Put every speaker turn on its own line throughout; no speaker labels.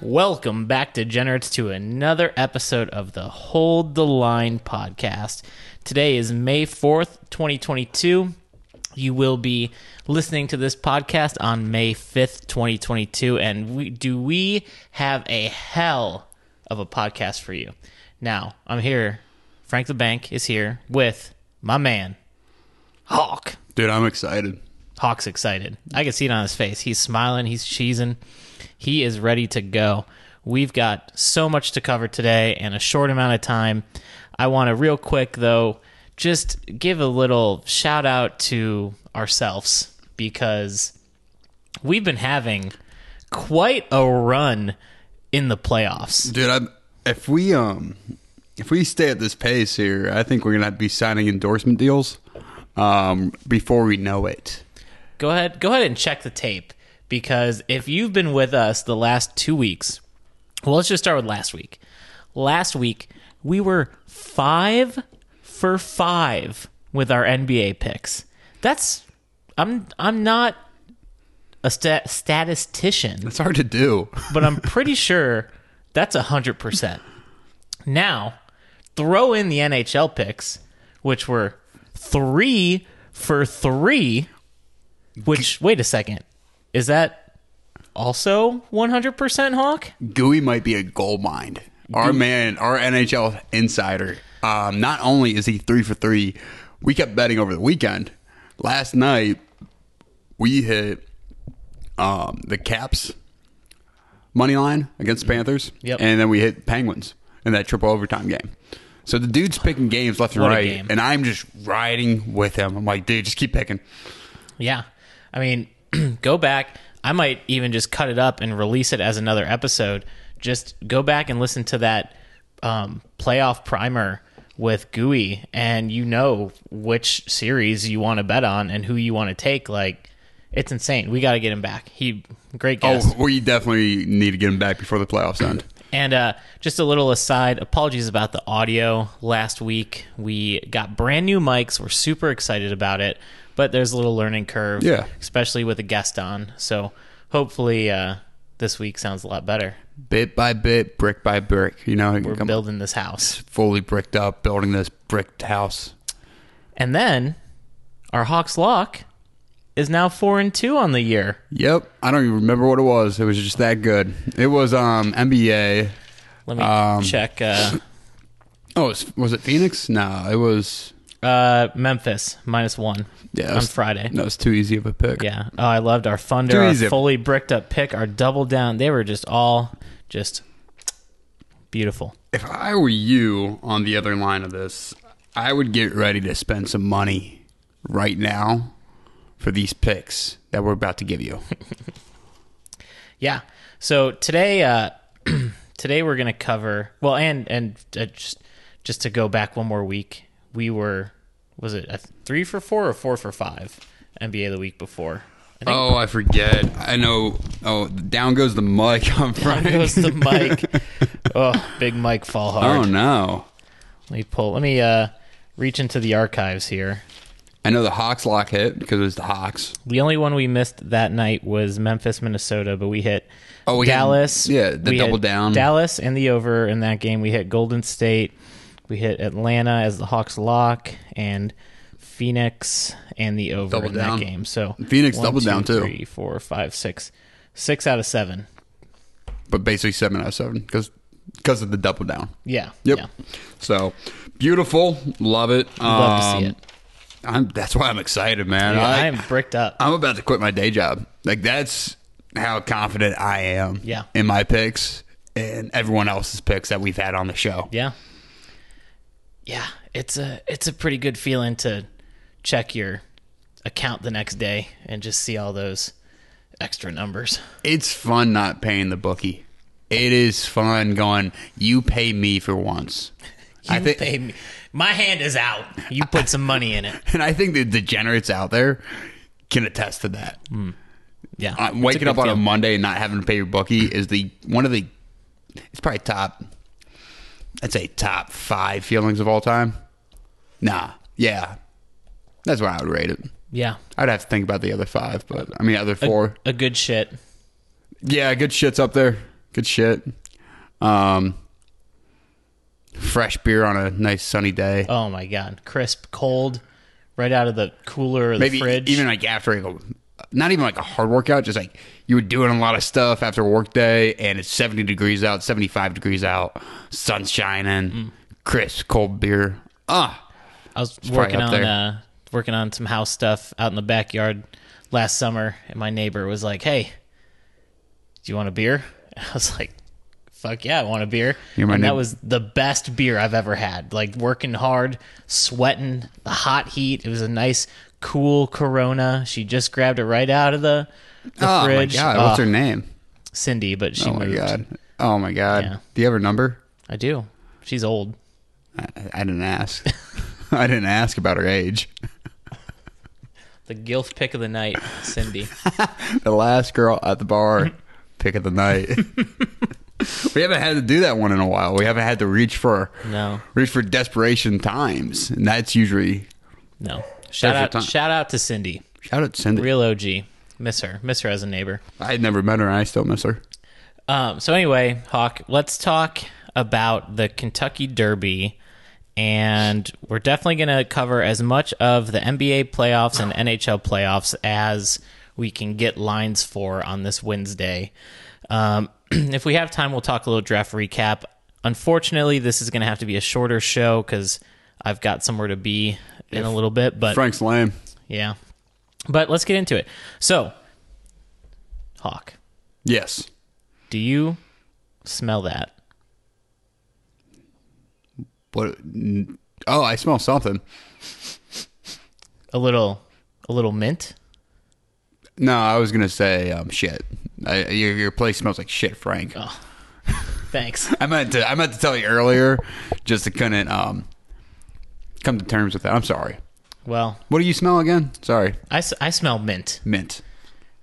Welcome back, degenerates, to another episode of the Hold the Line podcast. Today is May 4th, 2022. You will be listening to this podcast on May 5th, 2022. And we, do we have a hell of a podcast for you? Now, I'm here. Frank the Bank is here with my man, Hawk.
Dude, I'm excited.
Hawk's excited. I can see it on his face. He's smiling. He's cheesing. He is ready to go. We've got so much to cover today in a short amount of time. I want to, real quick though, just give a little shout out to ourselves because we've been having quite a run in the playoffs.
Dude, I'm, if we um if we stay at this pace here, I think we're gonna be signing endorsement deals um before we know it.
Go ahead, go ahead and check the tape because if you've been with us the last two weeks, well, let's just start with last week. Last week we were five for five with our NBA picks. That's I'm I'm not a stat, statistician,
It's hard to do.
but I'm pretty sure that's a hundred percent. Now throw in the NHL picks, which were three for three. Which wait a second, is that also 100% Hawk?
Gooey might be a gold mine. Our man, our NHL insider. Um, not only is he three for three, we kept betting over the weekend. Last night, we hit um, the Caps money line against the Panthers,
Yep.
and then we hit Penguins in that triple overtime game. So the dude's picking games left and
What a
right,
game.
and I'm just riding with him. I'm like, dude, just keep picking.
Yeah. I mean, go back. I might even just cut it up and release it as another episode. Just go back and listen to that um, playoff primer with GUI, and you know which series you want to bet on and who you want to take. Like, it's insane. We got to get him back. He, great guest.
Oh, we definitely need to get him back before the playoffs end.
And uh, just a little aside, apologies about the audio last week. We got brand new mics. We're super excited about it, but there's a little learning curve,
Yeah.
especially with a guest on. So hopefully uh, this week sounds a lot better.
Bit by bit, brick by brick, you know,
We're
come-
building this house.
fully bricked up, building this bricked house.
And then our Hawks lock is now 4 and 2 on the year.
Yep, I don't even remember what it was. It was just that good. It was um NBA.
Let me
Um,
check uh,
Oh, it was, was it Phoenix? No, it was.
uh, Memphis minus 1
Yeah, it
on
was-
Friday.
That was too easy of a pick.
Yeah. Oh, I loved our Thunder, our
easy.
fully bricked up pick, our double down. They were just all just beautiful.
If I were you on the other line of this, I would get ready to spend some money right now for these picks that we're about to give you.
Yeah. So today, uh, today we're gonna cover well, and and uh, just just to go back one more week, we were was it a three for four or four for five NBA the week before. I think
oh, I forget. I know. Oh, down goes the mic on
down goes
Friday.
the mic. oh, big Mike fall hard.
Oh no.
Let me pull. Let me uh, reach into the archives here.
I know the Hawks lock hit because it was the Hawks.
The only one we missed that night was Memphis, Minnesota, but we hit
Oh, we hit-
Dallas.
yeah, the
we hit
double down.
Dallas and the over in that game. We hit Golden State. We hit Atlanta as the Hawks lock and Phoenix and the over
Double
in
down.
that game. So
Phoenix double down, too.
Three, four, five, six, six out of seven.
but basically seven out of seven because because of the double down.
Yeah.
Yep.
Yeah.
So beautiful, love it.
Love to see
Um,
it.
I'm, that's why I'm excited, man.
Dude,
I,
I
I'm
am bricked up.
about to quit my day job. Like that's how confident I am.
Yeah.
In my picks and everyone else's picks that we've had on the show.
Yeah. Yeah, it's a it's a pretty good feeling to check your account the next day and just see all those extra numbers.
It's fun not paying the bookie. It is fun going. You pay me for once.
You
I think,
pay me. My hand is out. You put some money in it.
and I think the degenerates out there can attest to that.
Yeah.
uh,
it's a
waking
good
up on a
feeling.
Monday and not having to pay your bookie is the one of the it's probably top I'd say top five feelings of all time. Nah, yeah, that's where I would rate it.
Yeah.
I'd have to think about the other five, but I mean other four.
A good shit.
yeah, good shit's up there. Good shit. Um, fresh beer on a nice sunny day.
Oh my god, crisp, cold, right out of the cooler or the
Maybe
fridge.
even like after like a, not even like a hard workout, just like you were doing a lot of stuff after work day, and it's seventy degrees out, seventy five degrees out, sun's shining,
Mm.
crisp cold beer. Ah,
I was
probably
working
up
on
there.
uh, working on some house stuff out in the backyard last summer, and my neighbor was like, "Hey, do you want a beer?" I was like, "Fuck yeah, I want a beer."
You're my
and that
neighbor.
was the best beer I've ever had. Like working hard, sweating, the hot heat. It was a nice, cool Corona. She just grabbed it right out of the, the
oh
fridge.
my god, what's
Ah,
her name?
Cindy, but she
Oh my
moved.
god. Oh my god.
Yeah.
Do you have her number?
I do. She's old.
I, I didn't ask. I didn't ask about her age.
The gilf pick of the night, Cindy.
The last girl at the bar, pick of the night. we haven't had to do that one in a while. We haven't had to reach for
No.
reach for desperation times, and that's usually
No. Shout
your
out,
time.
shout out to Cindy.
shout out to Cindy.
Real OG. Miss her. Miss her as a neighbor.
I had never met her, and I still miss her.
Um, so anyway, Hawk, let's talk about the Kentucky Derby. And we're definitely going to cover as much of the NBA playoffs and NHL playoffs as we can get lines for on this Wednesday. Um, if we have time, we'll talk a little draft recap. Unfortunately, this is going to have to be a shorter show because I've got somewhere to be in a little bit. But
Frank's lame.
yeah. But let's get into it. So, Hawk,
Yes.
do you smell that?
What? n- Oh, I smell something.
A little a little mint?
No, I was gonna say um, shit. I, your, your place smells like shit, Frank.
Oh. Thanks.
I meant to. I meant to tell you earlier, just to couldn't um, come to terms with that. I'm sorry.
Well,
What do you smell again? Sorry,
I, s- I smell mint.
mint.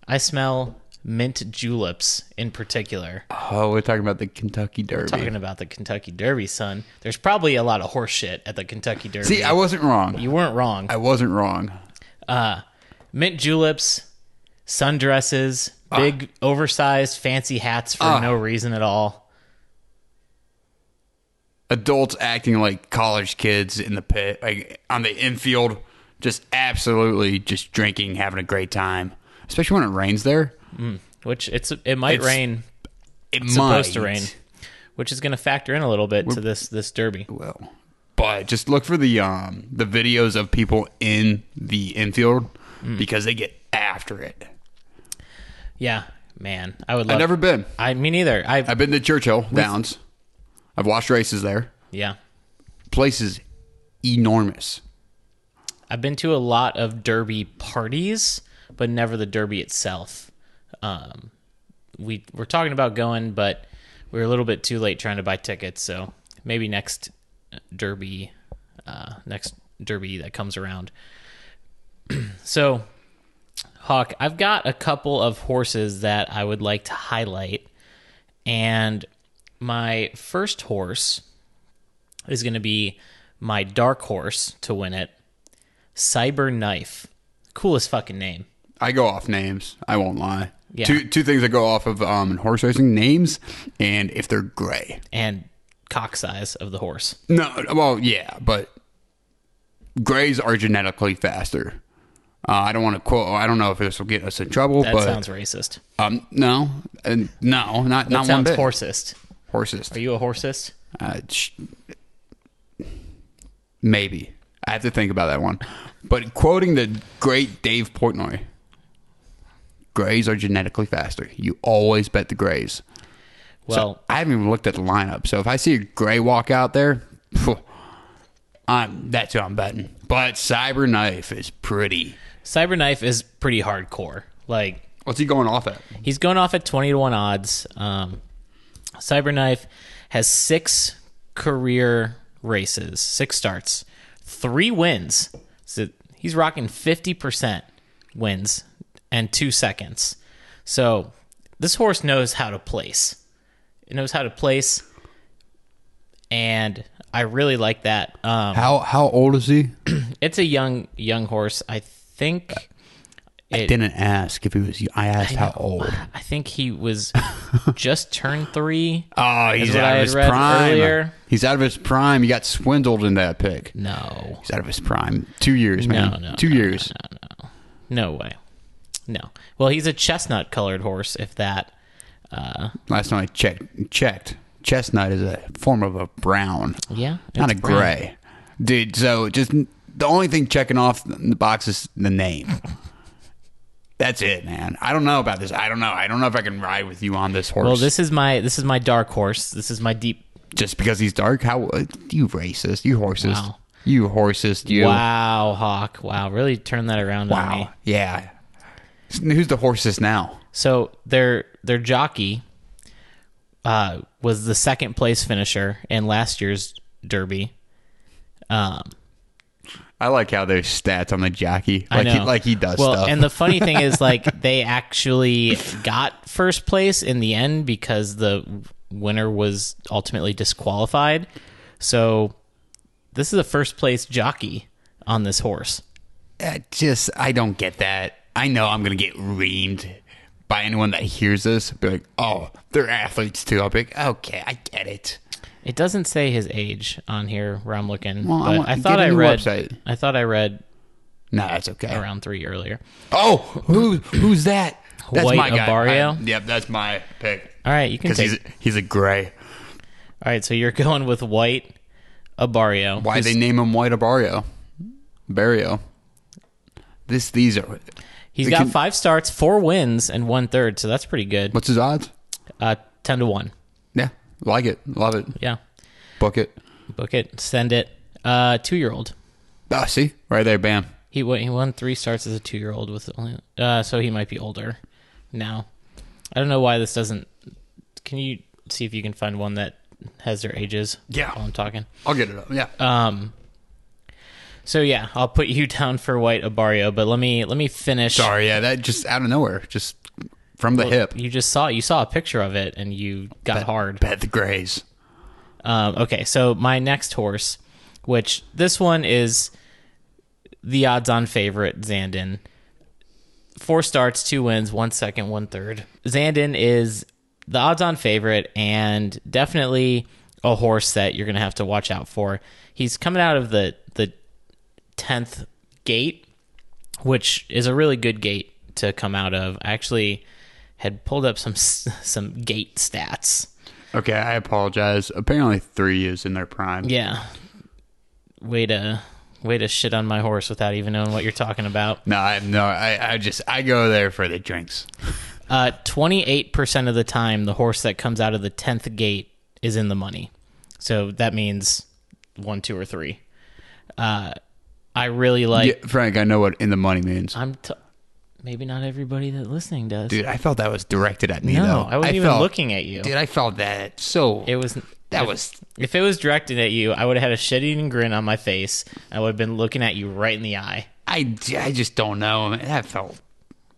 I smell mint juleps in particular.
Oh, we're talking about the Kentucky Derby.
Talking about the Kentucky Derby, son. There's probably a lot of horse shit at the Kentucky Derby.
See, I wasn't wrong.
you weren't wrong.
I wasn't wrong.
mint juleps, sundresses, big oversized fancy hats for
Ah.
no reason at all.
Adults acting like college kids in the pit, like on the infield, just absolutely just drinking, having a great time. Especially when it rains there.
Which it's it might
It's-
rain
It
supposed to
might.
rain, which is going to factor in a little bit to this this derby.
Well, but just look for the um the videos of people in the infield
Hmm.
because they get after it.
Yeah, man, I would love.
I've never been.
I me neither. I've,
I've been to Churchill Downs. I've watched races there.
yeah,
Place is enormous.
I've been to a lot of derby parties, but never the derby itself. Um, we were talking about going, but we were a little bit too late trying to buy tickets. So maybe next derby, uh, next derby that comes around. so, Hawk, I've got a couple of horses that I would like to highlight, and my first horse is going to be my dark horse to win it. Cyber Knife. Coolest fucking name.
I go off names. I won't lie.
Yeah.
Two two things I go off of um, in horse racing names and if they're gray.
And cock size of the horse.
No, well, yeah, but grays are genetically faster. Uh, I don't want to quote. I don't know if this will get us in trouble,
That
but
sounds racist.
um, no, and no, not not one
sounds
bit.
horsist.
Horses,
Are you a horsist?
uh, sh- maybe I have to think about that one. But quoting the great Dave Portnoy, grays are genetically faster. You always bet the grays.
Well,
I haven't even looked at the lineup. So if I see a gray walk out there, phew, I'm that's who I'm betting. But Cyber Knife is pretty.
Cyber Knife is pretty hardcore. Like
What's he going off at?
he's going off at 20 to 1 odds. Um, Cyberknife has six career races, six starts, three wins. So he's rocking 50% wins and two seconds. So this horse knows how to place. It knows how to place. And I really like that. Um,
How how old is he?
it's a young young horse. I think It-
Didn't ask if he was. I asked how old.
I think he was just turned three.
Oh, he's
what I
out of
had
his
read
prime.
earlier.
He's out of his prime. He got swindled in that pick.
No,
He's out of his prime. Two years, man.
No, no,
Two
no,
years.
no way. No. Well, he's a chestnut colored horse. If that. Uh,
Last time I checked, checked, chestnut is a form of a brown,
yeah.
not a
it's brown.
gray, dude. So just the only thing checking off the box is the name. That's it, man. I don't know about this. I don't know. I don't know if I can ride with you on this horse.
Well, this is my this is my dark horse. This is my deep.
just because he's dark. How uh, you racist? You horsist?
Wow.
You horsist? You
Wow, Hawk. Wow, really turned that around on me.
Wow. Yeah. Who's the horsest now?
So their their jockey uh, was the second place finisher in last year's Derby. Um,
I like how there's stats on the jockey.
I
Like he
know.
like he does
well,
stuff.
And the funny thing is, like, they actually got first place in the end because the winner was ultimately disqualified. So this is a first place jockey on this horse.
Uh, just I don't get that. I know I'm gonna get reamed by anyone that hears this. Be like, oh, they're athletes too. I'll be like, okay, I get it.
It doesn't say his age on here where I'm looking,
Well, I
but
want-
I, thought
get a
I
new
read.
website.
I thought I read
No, that's okay.
around three earlier.
Oh, who who's that? That's
White
my guy.
Abario?
I- yep, that's my pick.
All right, you can
Because
take.
he's he's a gray.
All right, so you're going with White Abario.
Why
who's-
they name him White Abario? Barrio. This these are.
He's
they
got
can-
five starts, four wins, and one third. So that's pretty good.
What's his odds?
Uh, ten to one.
Yeah, like it, love it,
Yeah,
book it.
book it, send it. Uh, two year old.
Ah, see, right there, bam.
He won, he won three starts as a two year old with only. Uh, so he might be older now. I don't know why this doesn't. Can you see if you can find one that has their ages?
Yeah.
while I'm talking.
I'll get it up. Yeah,
Um. So yeah, I'll put you down for White Abario, but let me let me finish.
sorry, yeah, that just out of nowhere, just from the hip.
You just saw you saw a picture of it and you got hard.
Bet the Grays.
Um, okay, so my next horse, which this one is the odds on favorite, Zandon. Four starts, two wins, one second, one third. Zandon is the odds on favorite and definitely a horse that you're going to have to watch out for. He's coming out of the, the 10th gate, which is a really good gate to come out of. I actually had pulled up some some gate stats.
Okay, I apologize. Apparently, three is in their prime.
Yeah. Way to way to shit on my horse without even knowing what you're talking about.
No, I no, I, I just I go there for the drinks.
Uh, 28% of the time, the horse that comes out of the 10th gate is in the money. So that means one, two, or three. Uh, I really like.
Yeah, Frank, I know what in the money means.
I'm t- maybe not everybody that listening does.
Dude, I felt that was directed at me.
no,
though.
I wasn't even
felt-
looking at you.
Dude, I felt that so.
it was
that
if-
was
If it was directed at you, I would have had a shit-eating grin on my face. I would have been looking at you right in the eye.
I, I just don't know. man. That felt.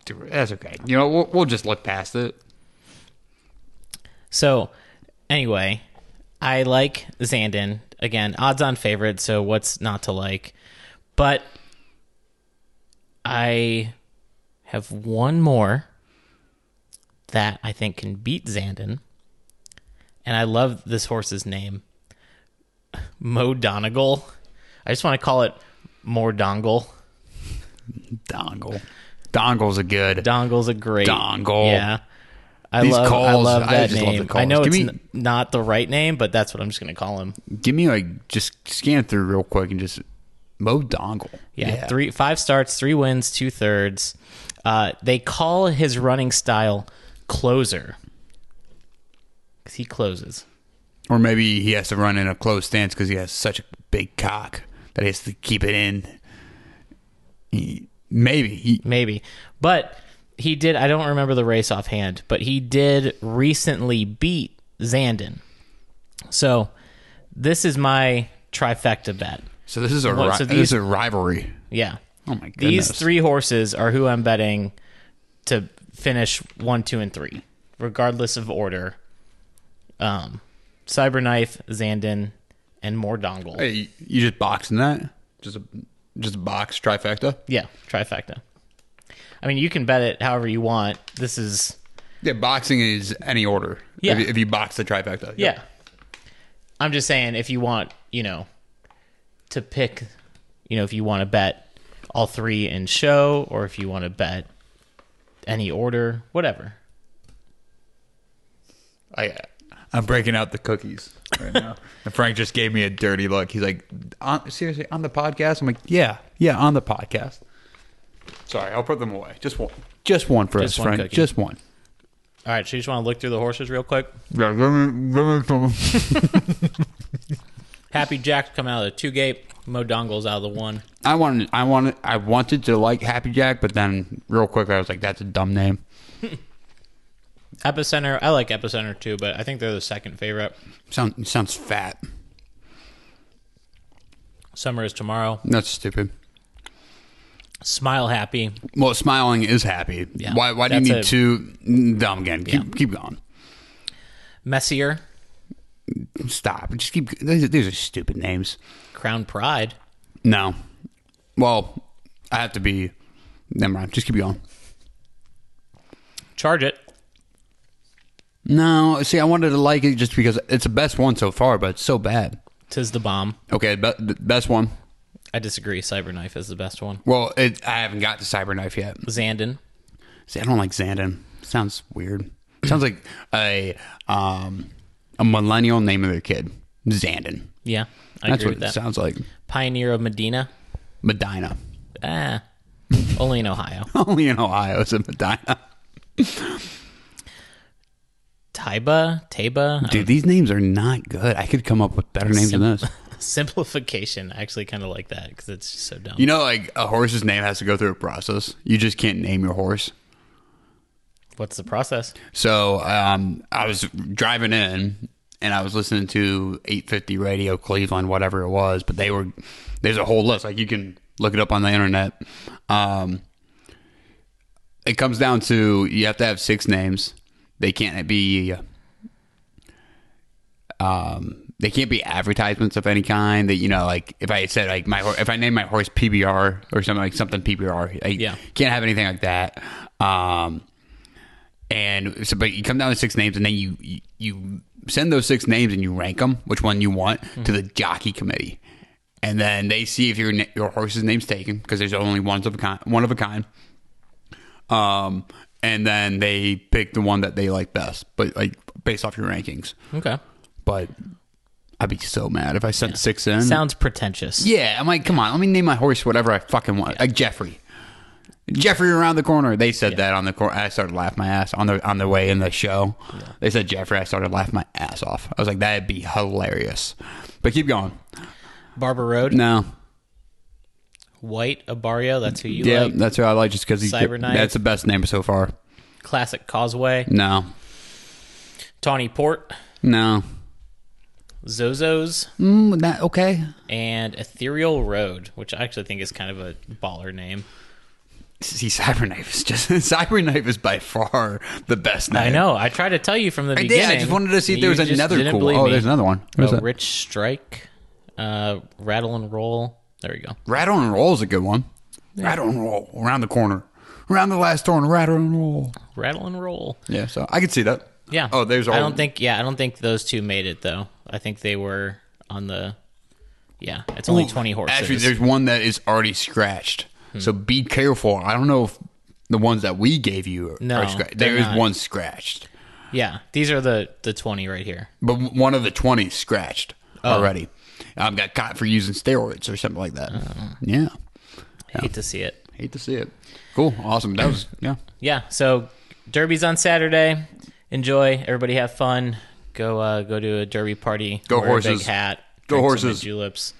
dude, That's okay. You know, we'll, we'll just look past it.
So, anyway, I like Zandon. Again, odds on favorite, so what's not to like? But I have one more that I think can beat Zandon. And I love this horse's name, Mo Donegal. I just want to call it More Dongle.
Dongle. Dongle's a good.
Dongle's a great
Dongle.
Yeah. I
Oh, These
love I
calls,
love
I
that
just love the
name. I know
calls. Give
it's
me-
n- not the right name, but that's what I'm just going to call him.
Give me like just scan through real quick and just Mo Dongle.
Yeah, three five starts, three wins, two thirds. Uh, they call his running style closer because he closes.
Or maybe he has to run in a closed stance because he has such a big cock that he has to keep it in. He- maybe he.
maybe. But he did. I don't remember the race offhand, but he did recently beat Zandon. So this is my trifecta bet.
So this is a
What,
ri-
so
this
these-
is a rivalry.
Yeah.
Oh my goodness!
These three horses are who I'm betting to finish one, two, and three, regardless of order. Um, Cyberknife, Zandon, and more Dongle.
Hey, you just boxing that? Just a just a box trifecta.
Yeah, trifecta. I mean, you can bet it however you want. This is
Yeah, boxing is any order.
Yeah.
If, you- if you box the trifecta.
yeah. I'm just saying if you want, you know, to pick, you know, if you want to bet all three in show or if you want to bet any order, whatever.
I, I'm breaking out the cookies right now. and Frank just gave me a dirty look. He's like, on, seriously, on the podcast? I'm like, yeah, yeah, on the podcast. Sorry, I'll put them away. Just one. Just one for
Just
us,
one
Frank.
cookie.
Just one.
All right, so you just want to look through the horses real quick.
Yeah, give me, give me some.
Happy Jack's coming out of the two gate. Mo Dongle's out of the one.
I wanted, I wanted, I wanted to like Happy Jack, but then real quick, I was like, that's a dumb name.
Epicenter, I like Epicenter too, but I think they're the second favorite.
Sound, sounds fat.
Summer is tomorrow.
That's stupid.
Smile happy.
Well, smiling is happy.
Yeah.
Why? Why do you need
That's
two? Dumb again. Keep,
Yeah.
keep going.
Messier.
Stop. Just keep. These are, these are stupid names.
Crown Pride.
No. Well, I have to be. Never mind. Just keep going.
Charge it.
No. See, I wanted to like it just because it's the best one so far, but it's so bad.
Tis the bomb.
Okay, be- the best one.
I disagree. Cyberknife is the best one.
Well, it, I haven't got to Cyberknife yet.
Zandon.
See, I don't like Xandon. Sounds weird. Sounds like a um a millennial name of their kid, Xandon.
Yeah, I agree
That's what it
with that.
sounds like.
Pioneer of Medina.
Medina.
Ah, only in Ohio.
Only in Ohio is it Medina.
Taiba. Taiba. uh,
Dude, these names are not good. I could come up with better names than this.
Simplification. I actually kind of like that because it's just so dumb.
You know, like a horse's name has to go through a process. You just can't name your horse.
What's the process?
So um, I was driving in and I was listening to 850 Radio Cleveland, whatever it was, but they were, there's a whole list. Like you can look it up on the internet. Um, it comes down to you have to have six names. They can't be, um, they can't be advertisements of any kind. That you know, like if I said like my hor- if I name my horse PBR or something like something PBR, I
Yeah.
can't have anything like that. Um, and so, but you come down to six names, and then you you- you send those six names and you rank them, which one you want, to the jockey committee, and then they see if your na- your horse's name's taken because there's only one of a kind, one of a kind. Um, and then they pick the one that they like best, but like based off your rankings.
Okay.
But I'd be so mad if I sent six in.
Sounds pretentious.
yeah, I'm like, come on, let me name my horse whatever I fucking want, like Jeffrey. Jeffrey around the corner. They said that on the corner. I started laughing my ass on the on the way in the show. They said Jeffrey. I started laughing my ass off. I was like, that'd be hilarious. But keep going.
Barber Road.
No,
White Abario. That's who you
yeah,
like.
that's who I like, just because he's
Cyberknife?
that's the best name so far.
Classic Causeway.
No,
Tawny Port.
no,
Zozos.
mm, that okay.
and Ethereal Road, which I actually think is kind of a baller name.
See, Cyberknife is just Cyberknife is by far the best name.
I know. I tried to tell you from the
I
beginning.
did. I just wanted to see if
and
there was
you just
another
didn't
cool.
believe
Oh,
me.
there's another one. Where's
Oh,
that?
Rich Strike, uh, Rattle and Roll. There you go.
Rattle and roll is a good one. Rattle and roll around the corner, around the last turn. Rattle and roll.
Rattle and Roll.
Yeah, so I could see that.
Yeah.
Oh, there's.
I
all-
don't think. Yeah, I don't think those two made it though. I think they were on the. Yeah, it's only
Ooh,
twenty horses.
Actually, there's one that is already scratched.
Hmm.
So be careful. I don't know if the ones that we gave you are,
No,
are scratched.
they're
There is
not.
one scratched,
yeah, these are the the twenty right here.
but one of the twenty scratched
Oh.
already. I got caught for using steroids or something like that.
Oh.
Yeah,
Hate to see it.
hate to see it. Cool, awesome. That was yeah.
yeah so derby's on saturday enjoy everybody have fun go uh go to a derby party
Go
Wear a big
horses.
hat
Go
drink some
horses.
juleps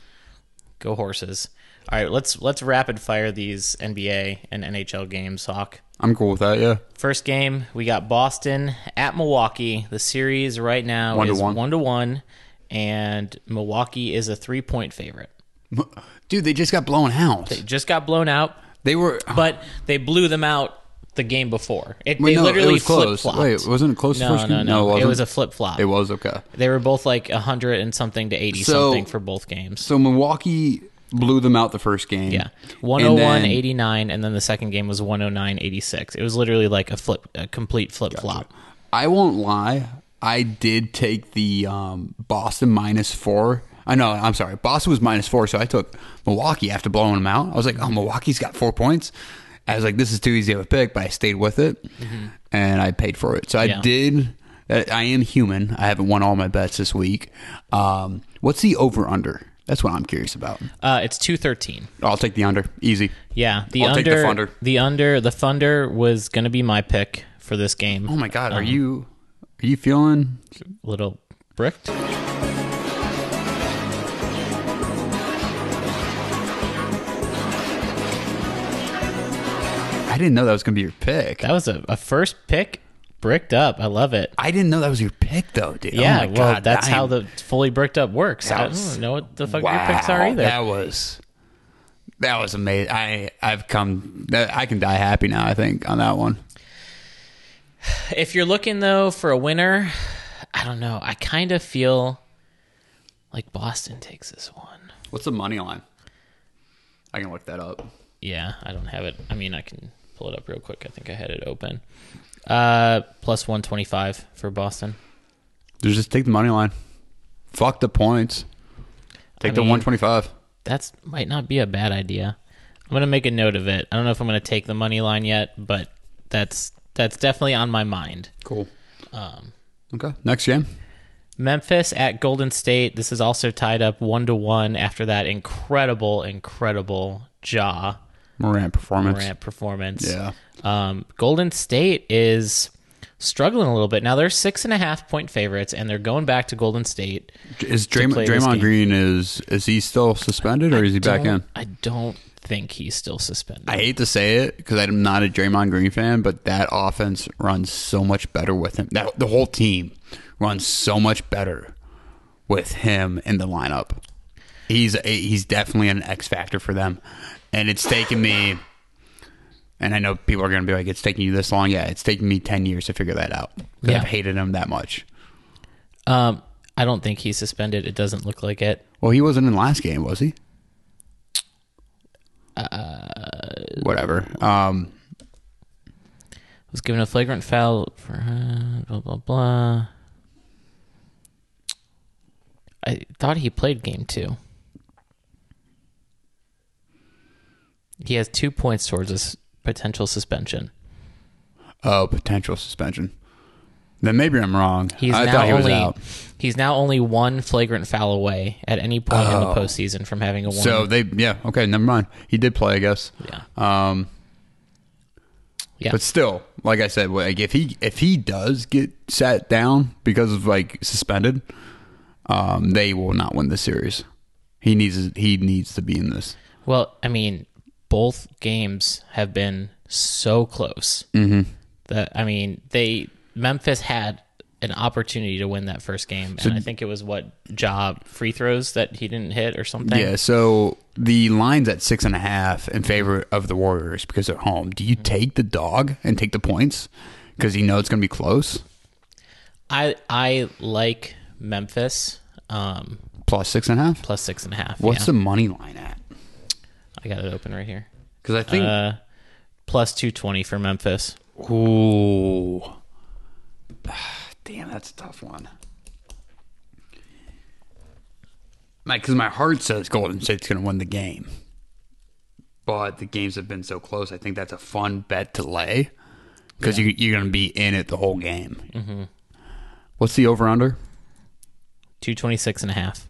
go horses all right let's let's rapid fire these nba and nhl games hawk
I'm cool with that. Yeah.
First game, we got Boston at Milwaukee. The series right now
One to
is
one.
one to one, and Milwaukee is a three point favorite.
Dude, they just got blown out. They,
Just got blown out,
were.
but they blew them out the game before. It,
Wait,
they
no, it
literally
was
flip
close.
flopped.
Wait, wasn't it close the
No,
first
no,
game?
no.
No, it
it was
wasn't.
a flip flop.
It was okay.
They were both like hundred and something to eighty
So-
something for both games.
So Milwaukee blew them out the first game.
Yeah.
And
101
then-
89 and then the second game was 109 86. It was literally like a flip a complete flip-flop.
I won't lie. I did take the um, Boston minus four. I know. I'm sorry. Boston was minus four, so I took Milwaukee after blowing them out. I was like, oh, Milwaukee's got four points. I was like, this is too easy of a pick, but I stayed with it, and I paid for it. So I
Yeah.
did. I I am human. I haven't won all my bets this week. Um, what's the over under? That's what I'm curious about.
Uh it's 213.
I'll take the under. Easy.
Yeah, the
I'll
under
take the funder.
the under the funder was going to be my pick for this game.
Oh my God. Are you are you feeling
little bricked.
I didn't know that was going to be your pick.
That was a, a first pick bricked up. I love it.
I didn't know that was your pick, though, dude.
Yeah,
oh my
well,
God,
that's
I am-
how the fully bricked up works.
That
I
was-
don't know what the fuck
wow,
your picks are either.
That was that was amazing. I I've come. that- I can die happy now. I think on that one.
If you're looking though for a winner, I don't know. I kind of feel like Boston takes this one.
What's the money line? I can look that up.
Yeah, I don't have it. I mean, I can pull it up real quick. I think I had it open. Uh, plus one twenty five for Boston.
Just take the money line. Fuck the points. Take
I
the
mean-
one twenty five.
That's might not be a bad idea. I'm gonna make a note of it. I don't know if I'm gonna take the money line yet, but that's that's definitely on my mind.
Cool. Um. Okay. Next game.
Memphis at Golden State. This is also tied up one to one after that incredible, incredible jaw
Morant performance.
Morant performance.
Yeah.
Um, Golden State is struggling a little bit now. They're six and a half point favorites, and they're going back to Golden State.
Is Draymond,
play this
Draymond
game.
Green is is he still suspended or is he back
Don't-
in?
I don't think he's still suspended.
I hate to say it because I'm not a Draymond Green fan, but that offense runs so much better with him. That the whole team runs so much better with him in the lineup. He's a, he's definitely an X factor for them, and it's taken me. And I know people are going to be like, "It's taking you this long." Yeah, it's taken me ten years to figure that out. 'Cause
Yeah.
I've hated him that much.
um, I don't think he's suspended. It doesn't look like it.
Well, he wasn't in last game, was he? Uh, Whatever. Um,
was given a flagrant foul for uh, blah blah blah. I thought he played game two. He has two points towards this potential suspension.
Oh, potential suspension. Then maybe I'm wrong.
He's
I
now
thought he was
only
out.
he's now only one flagrant foul away at any point in the
Oh.
postseason from having a one.
So they, yeah, okay, never mind. He did play, I guess.
yeah,
Um,
yeah.
but still, like I said, like if he if he does get sat down because of like suspended, um, they will not win the series. He needs he needs to be in this.
Well, I mean, both games have been so close. Mm-hmm. That I mean, they Memphis had an opportunity to win that first game, and I think it was what job free throws that he didn't hit or something.
Yeah. So the line's at six and a half in favor of the Warriors because they're home. Do you
Mm-hmm.
take the dog and take the points because you know it's going to be close?
I I like Memphis um,
Plus six and a half.
plus six and a half.
What's
yeah.
the money line at?
I got it open right here.
Because I think
Uh, plus two twenty for Memphis.
Ooh. Damn, that's a tough one. My, because my heart says Golden State's going to win the game, but the games have been so close. I think that's a fun bet to lay because you, you're going to be in it the whole game.
Mm-hmm.
What's the over under?
Two twenty six and a half.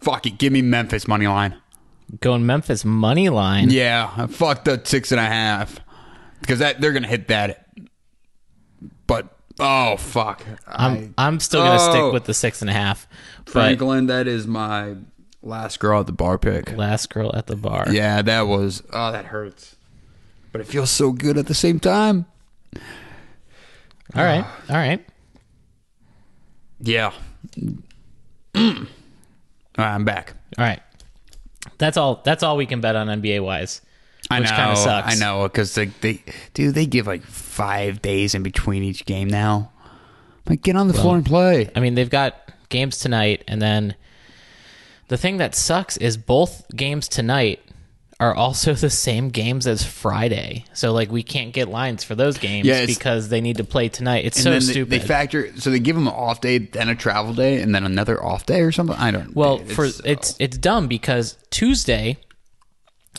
Fuck it, give me Memphis money line.
Going Memphis money line.
Yeah, fuck the six and a half because that they're going to hit that. But oh fuck,
I'm I'm still gonna
Oh.
stick with the six and a half. But
Franklin, that is my last girl at the bar pick.
last girl at the bar.
Yeah, that was. Oh, that hurts. But it feels so good at the same time.
All right. All right.
Yeah. All right, I'm back.
All right. That's all that's all we can bet on NBA wise.
I
Which
know.
kinda sucks.
I know because they, they dude they give like five days in between each game now. Like get on the floor and play.
I mean, they've got games tonight and then The thing that sucks is both games tonight are also the same games as Friday. So like we can't get lines for those games
Yeah, it's-
because they need to play tonight. It's so
then they,
stupid.
they factor so they give them an off day, then a travel day, and then another off day or something. I don't.
Well,
dude,
for
it's-
it's it's dumb because Tuesday,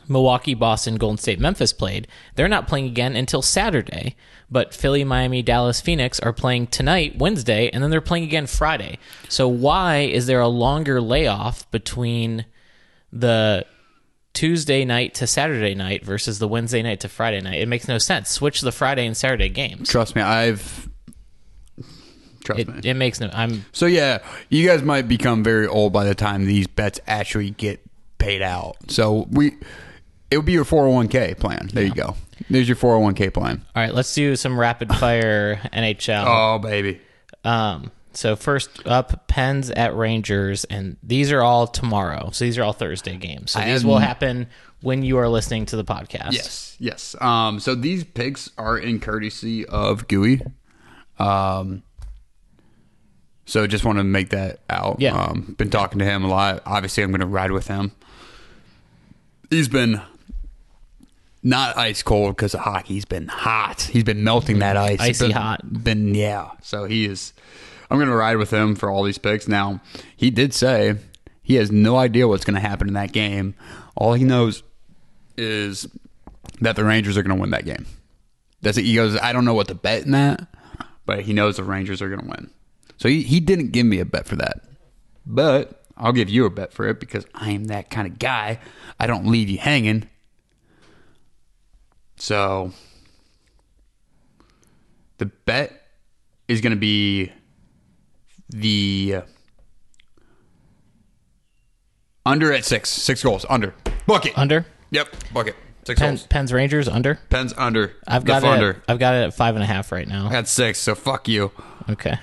Milwaukee, Boston, Golden State, Memphis played. They're not playing again until Saturday. But Philly, Miami, Dallas, Phoenix are playing tonight, Wednesday, and then they're playing again Friday. So why is there a longer layoff between the Tuesday night to Saturday night versus the Wednesday night to Friday night? It makes no sense. Switch the Friday and Saturday games.
trust me, I've trust me.
It, it makes no. I'm
So yeah, you guys might become very old by the time these bets actually get paid out. So we, it would be your four hundred one k plan. There you go. There's your four hundred one k plan.
all right. Let's do some rapid fire NHL.
Oh baby,
Um, so first up, Pens at Rangers, and these are all tomorrow. So these are all Thursday games. So
I
these
am-
will happen when you are listening to the podcast.
yes, yes. Um, so these picks are in courtesy of GUI. Um, so just want to make that out.
Yeah.
Um, been talking to him a lot. Obviously, I'm going to ride with him. He's been not ice cold because of hockey. He's been hot. He's been melting that ice.
Mm, Icy
Been-
hot.
Been yeah. So he is. I'm going to ride with him for all these picks. Now he did say he has no idea what's going to happen in that game. All he knows is that the Rangers are going to win that game. That's it. He goes, I don't know what to bet in that, but he knows the Rangers are going to win. So he, he didn't give me a bet for that. But I'll give you a bet for it because I am that kind of guy. I don't leave you hanging. So the bet is going to be the under at six. Six goals. Under. Book it.
Under
Yep. Book it. Six
Pens,
goals.
Pens Rangers under.
Pens under.
I've
The
got it. at-
Thunder.
I've got it at five and a half right now.
I got six, so fuck you.
Okay.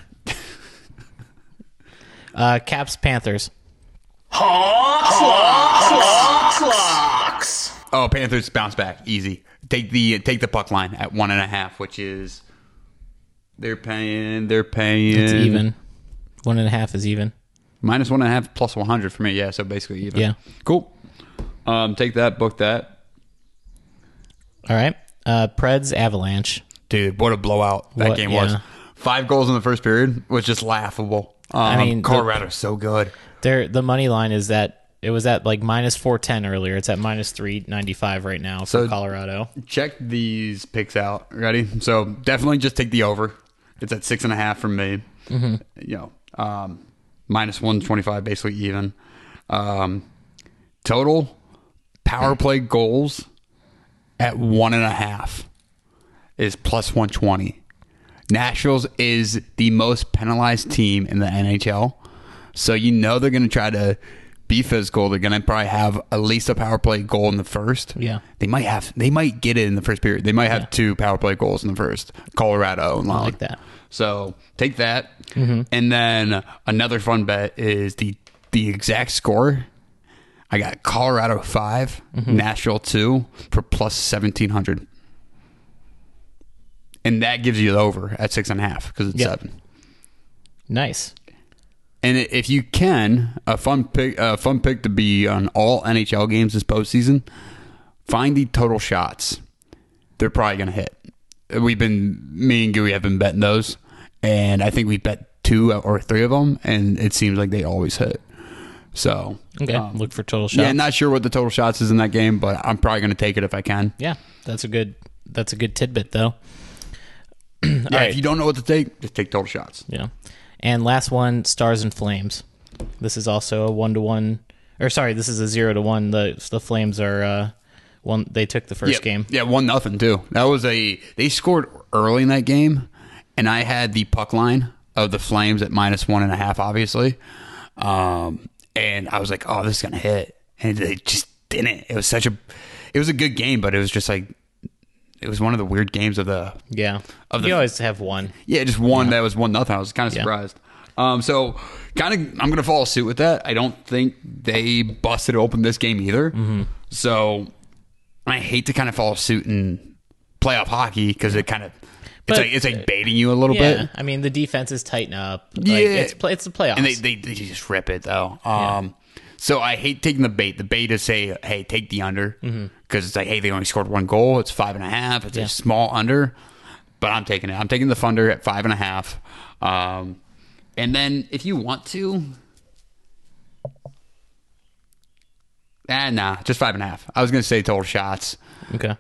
uh, Caps Panthers.
Oh, Panthers bounce back easy. Take the take the puck line at one and a half, which is they're paying. They're paying.
It's even. One and a half is even.
Minus one and a half plus one hundred for me. Yeah, so basically even.
Yeah.
Cool. Um, take that. Book that.
All right. Uh, Preds Avalanche.
Dude, what a blowout that
What-
game
yeah.
was. Five goals in the first period was just laughable. Um, I
mean,
mean,
the-
Colorado's so good.
There, the money line is that it was at like minus four ten earlier. It's at minus three ninety five right now for
So-
Colorado.
check these picks out. Ready? So definitely just take the over. It's at six and a half from me. You know, um, minus one twenty five, basically even. Um, total power play goals at one and a half is plus one twenty. Nationals is the most penalized team in the NHL. So you know they're going to try to be physical. They're going to probably have at least a power play goal in the first.
Yeah.
They might have they might get it in the first period. They might have two power play goals in the first. Colorado and Lyon.
like that. Mm-hmm.
So take that. And then another fun bet is the the exact score. I got Colorado 5
Mm-hmm.
Nashville two for plus seventeen hundred. And that gives you the over at six and a half because it's
Yeah.
seven.
Nice.
And i- if you can, a fun pick, a fun pick to be on all NHL games this postseason. Find the total shots; they're probably going to hit. We've been me and Gooey have been betting those, and I think we bet two or three of them, and it seems like they always hit. So,
Okay. Look for total shots.
Um, yeah, not sure what the total shots is in that game, but I'm probably going to take it if I can.
Yeah, that's a good that's a good tidbit though.
Yeah,
right.
if you don't know what to take, just take total shots.
Yeah. And last one, Stars and Flames. This is also a one to one or sorry, this is a zero to one. The the Flames are uh one they took the first
yeah.
game.
Yeah, one nothing too. That was a they scored early in that game, and I had the puck line of the Flames at minus one and a half, obviously. Um, and I was like, oh, this is gonna hit, and they just didn't. It was such a, it was a good game, but it was just like, it was one of the weird games of the
Yeah.
the-
you always have one.
yeah, just one that was one nothing. I was kind of
Yeah.
surprised. Um, so kind of, I'm gonna follow suit with that. I don't think they busted open this game either.
Mm-hmm.
So I hate to kind of follow suit in playoff hockey because it kind of
But- uh,
it's like it's like baiting you a little
Yeah.
bit,
I mean the defense is tighten up. Like
Yeah.
it's play it's the playoffs.
and they, they they just rip it though. Um, So I hate taking the bait. The bait is say, hey, take the under because it's like, hey, they only scored one goal. It's five and a half. It's
Mm-hmm. Yeah.
a small under, but I'm taking it. I'm taking the funder at five and a half. Um, and then if you want to, ah, nah, just five and a half. I was gonna say total shots.
Okay.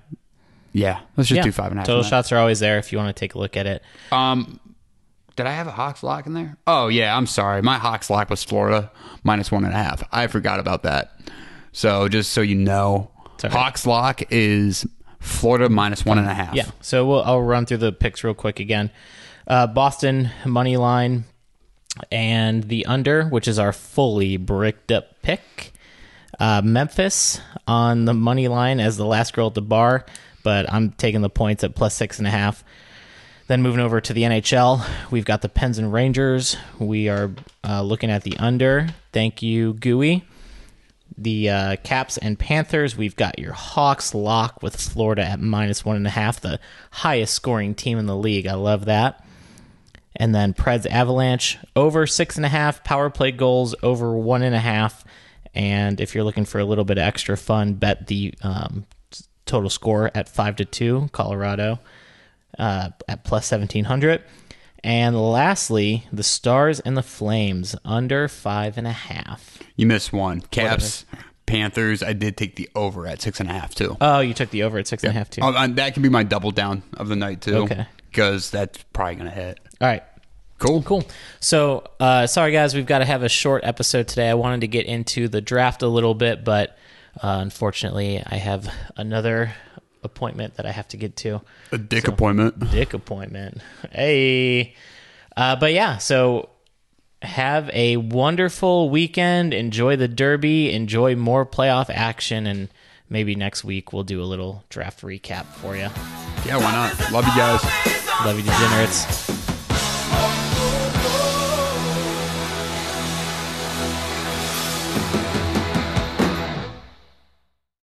Yeah, let's just
Yeah.
do five and a half.
Total
on that.
shots are always there if you want to take a look at it.
Um, did I have a Hawks lock in there? Oh yeah, I'm sorry. My Hawks lock was Florida minus one and a half. I forgot about that. So just so you know,
all right.
Hawks lock is Florida minus one and a half.
Yeah. So we'll, I'll run through the picks real quick again. Uh, Boston money line and the under, which is our fully bricked up pick. Uh, Memphis on the money line as the last girl at the bar, but I'm taking the points at plus six and a half. Then moving over to the NHL, we've got the Pens and Rangers. We are uh, looking at the under. Thank you, Gooey the uh, Caps and Panthers. We've got your Hawks lock with Florida at minus one and a half, the highest scoring team in the league. I love that. And then Preds Avalanche over six and a half, power play goals over one and a half. And if you're looking for a little bit of extra fun, bet the um, s- total score at five to two, Colorado uh, at plus 1700. And lastly, the Stars and the Flames under five and a half.
You missed one. Caps, Panthers. I did take the over at six and a half too.
Oh, you took the over at six and a half too.
Oh, and that can be my double down of the night too.
Okay.
Because that's probably gonna hit.
All right.
Cool.
Cool. So, uh, sorry guys, we've got to have a short episode today. I wanted to get into the draft a little bit, but uh, unfortunately, I have another appointment that I have to get to.
A dick appointment.
Dick appointment. Hey. Uh, but yeah, so have a wonderful weekend. Enjoy the Derby. Enjoy more playoff action. And maybe next week we'll do a little draft recap for you.
Yeah, why not? Love you guys.
Love you, degenerates.
Love you.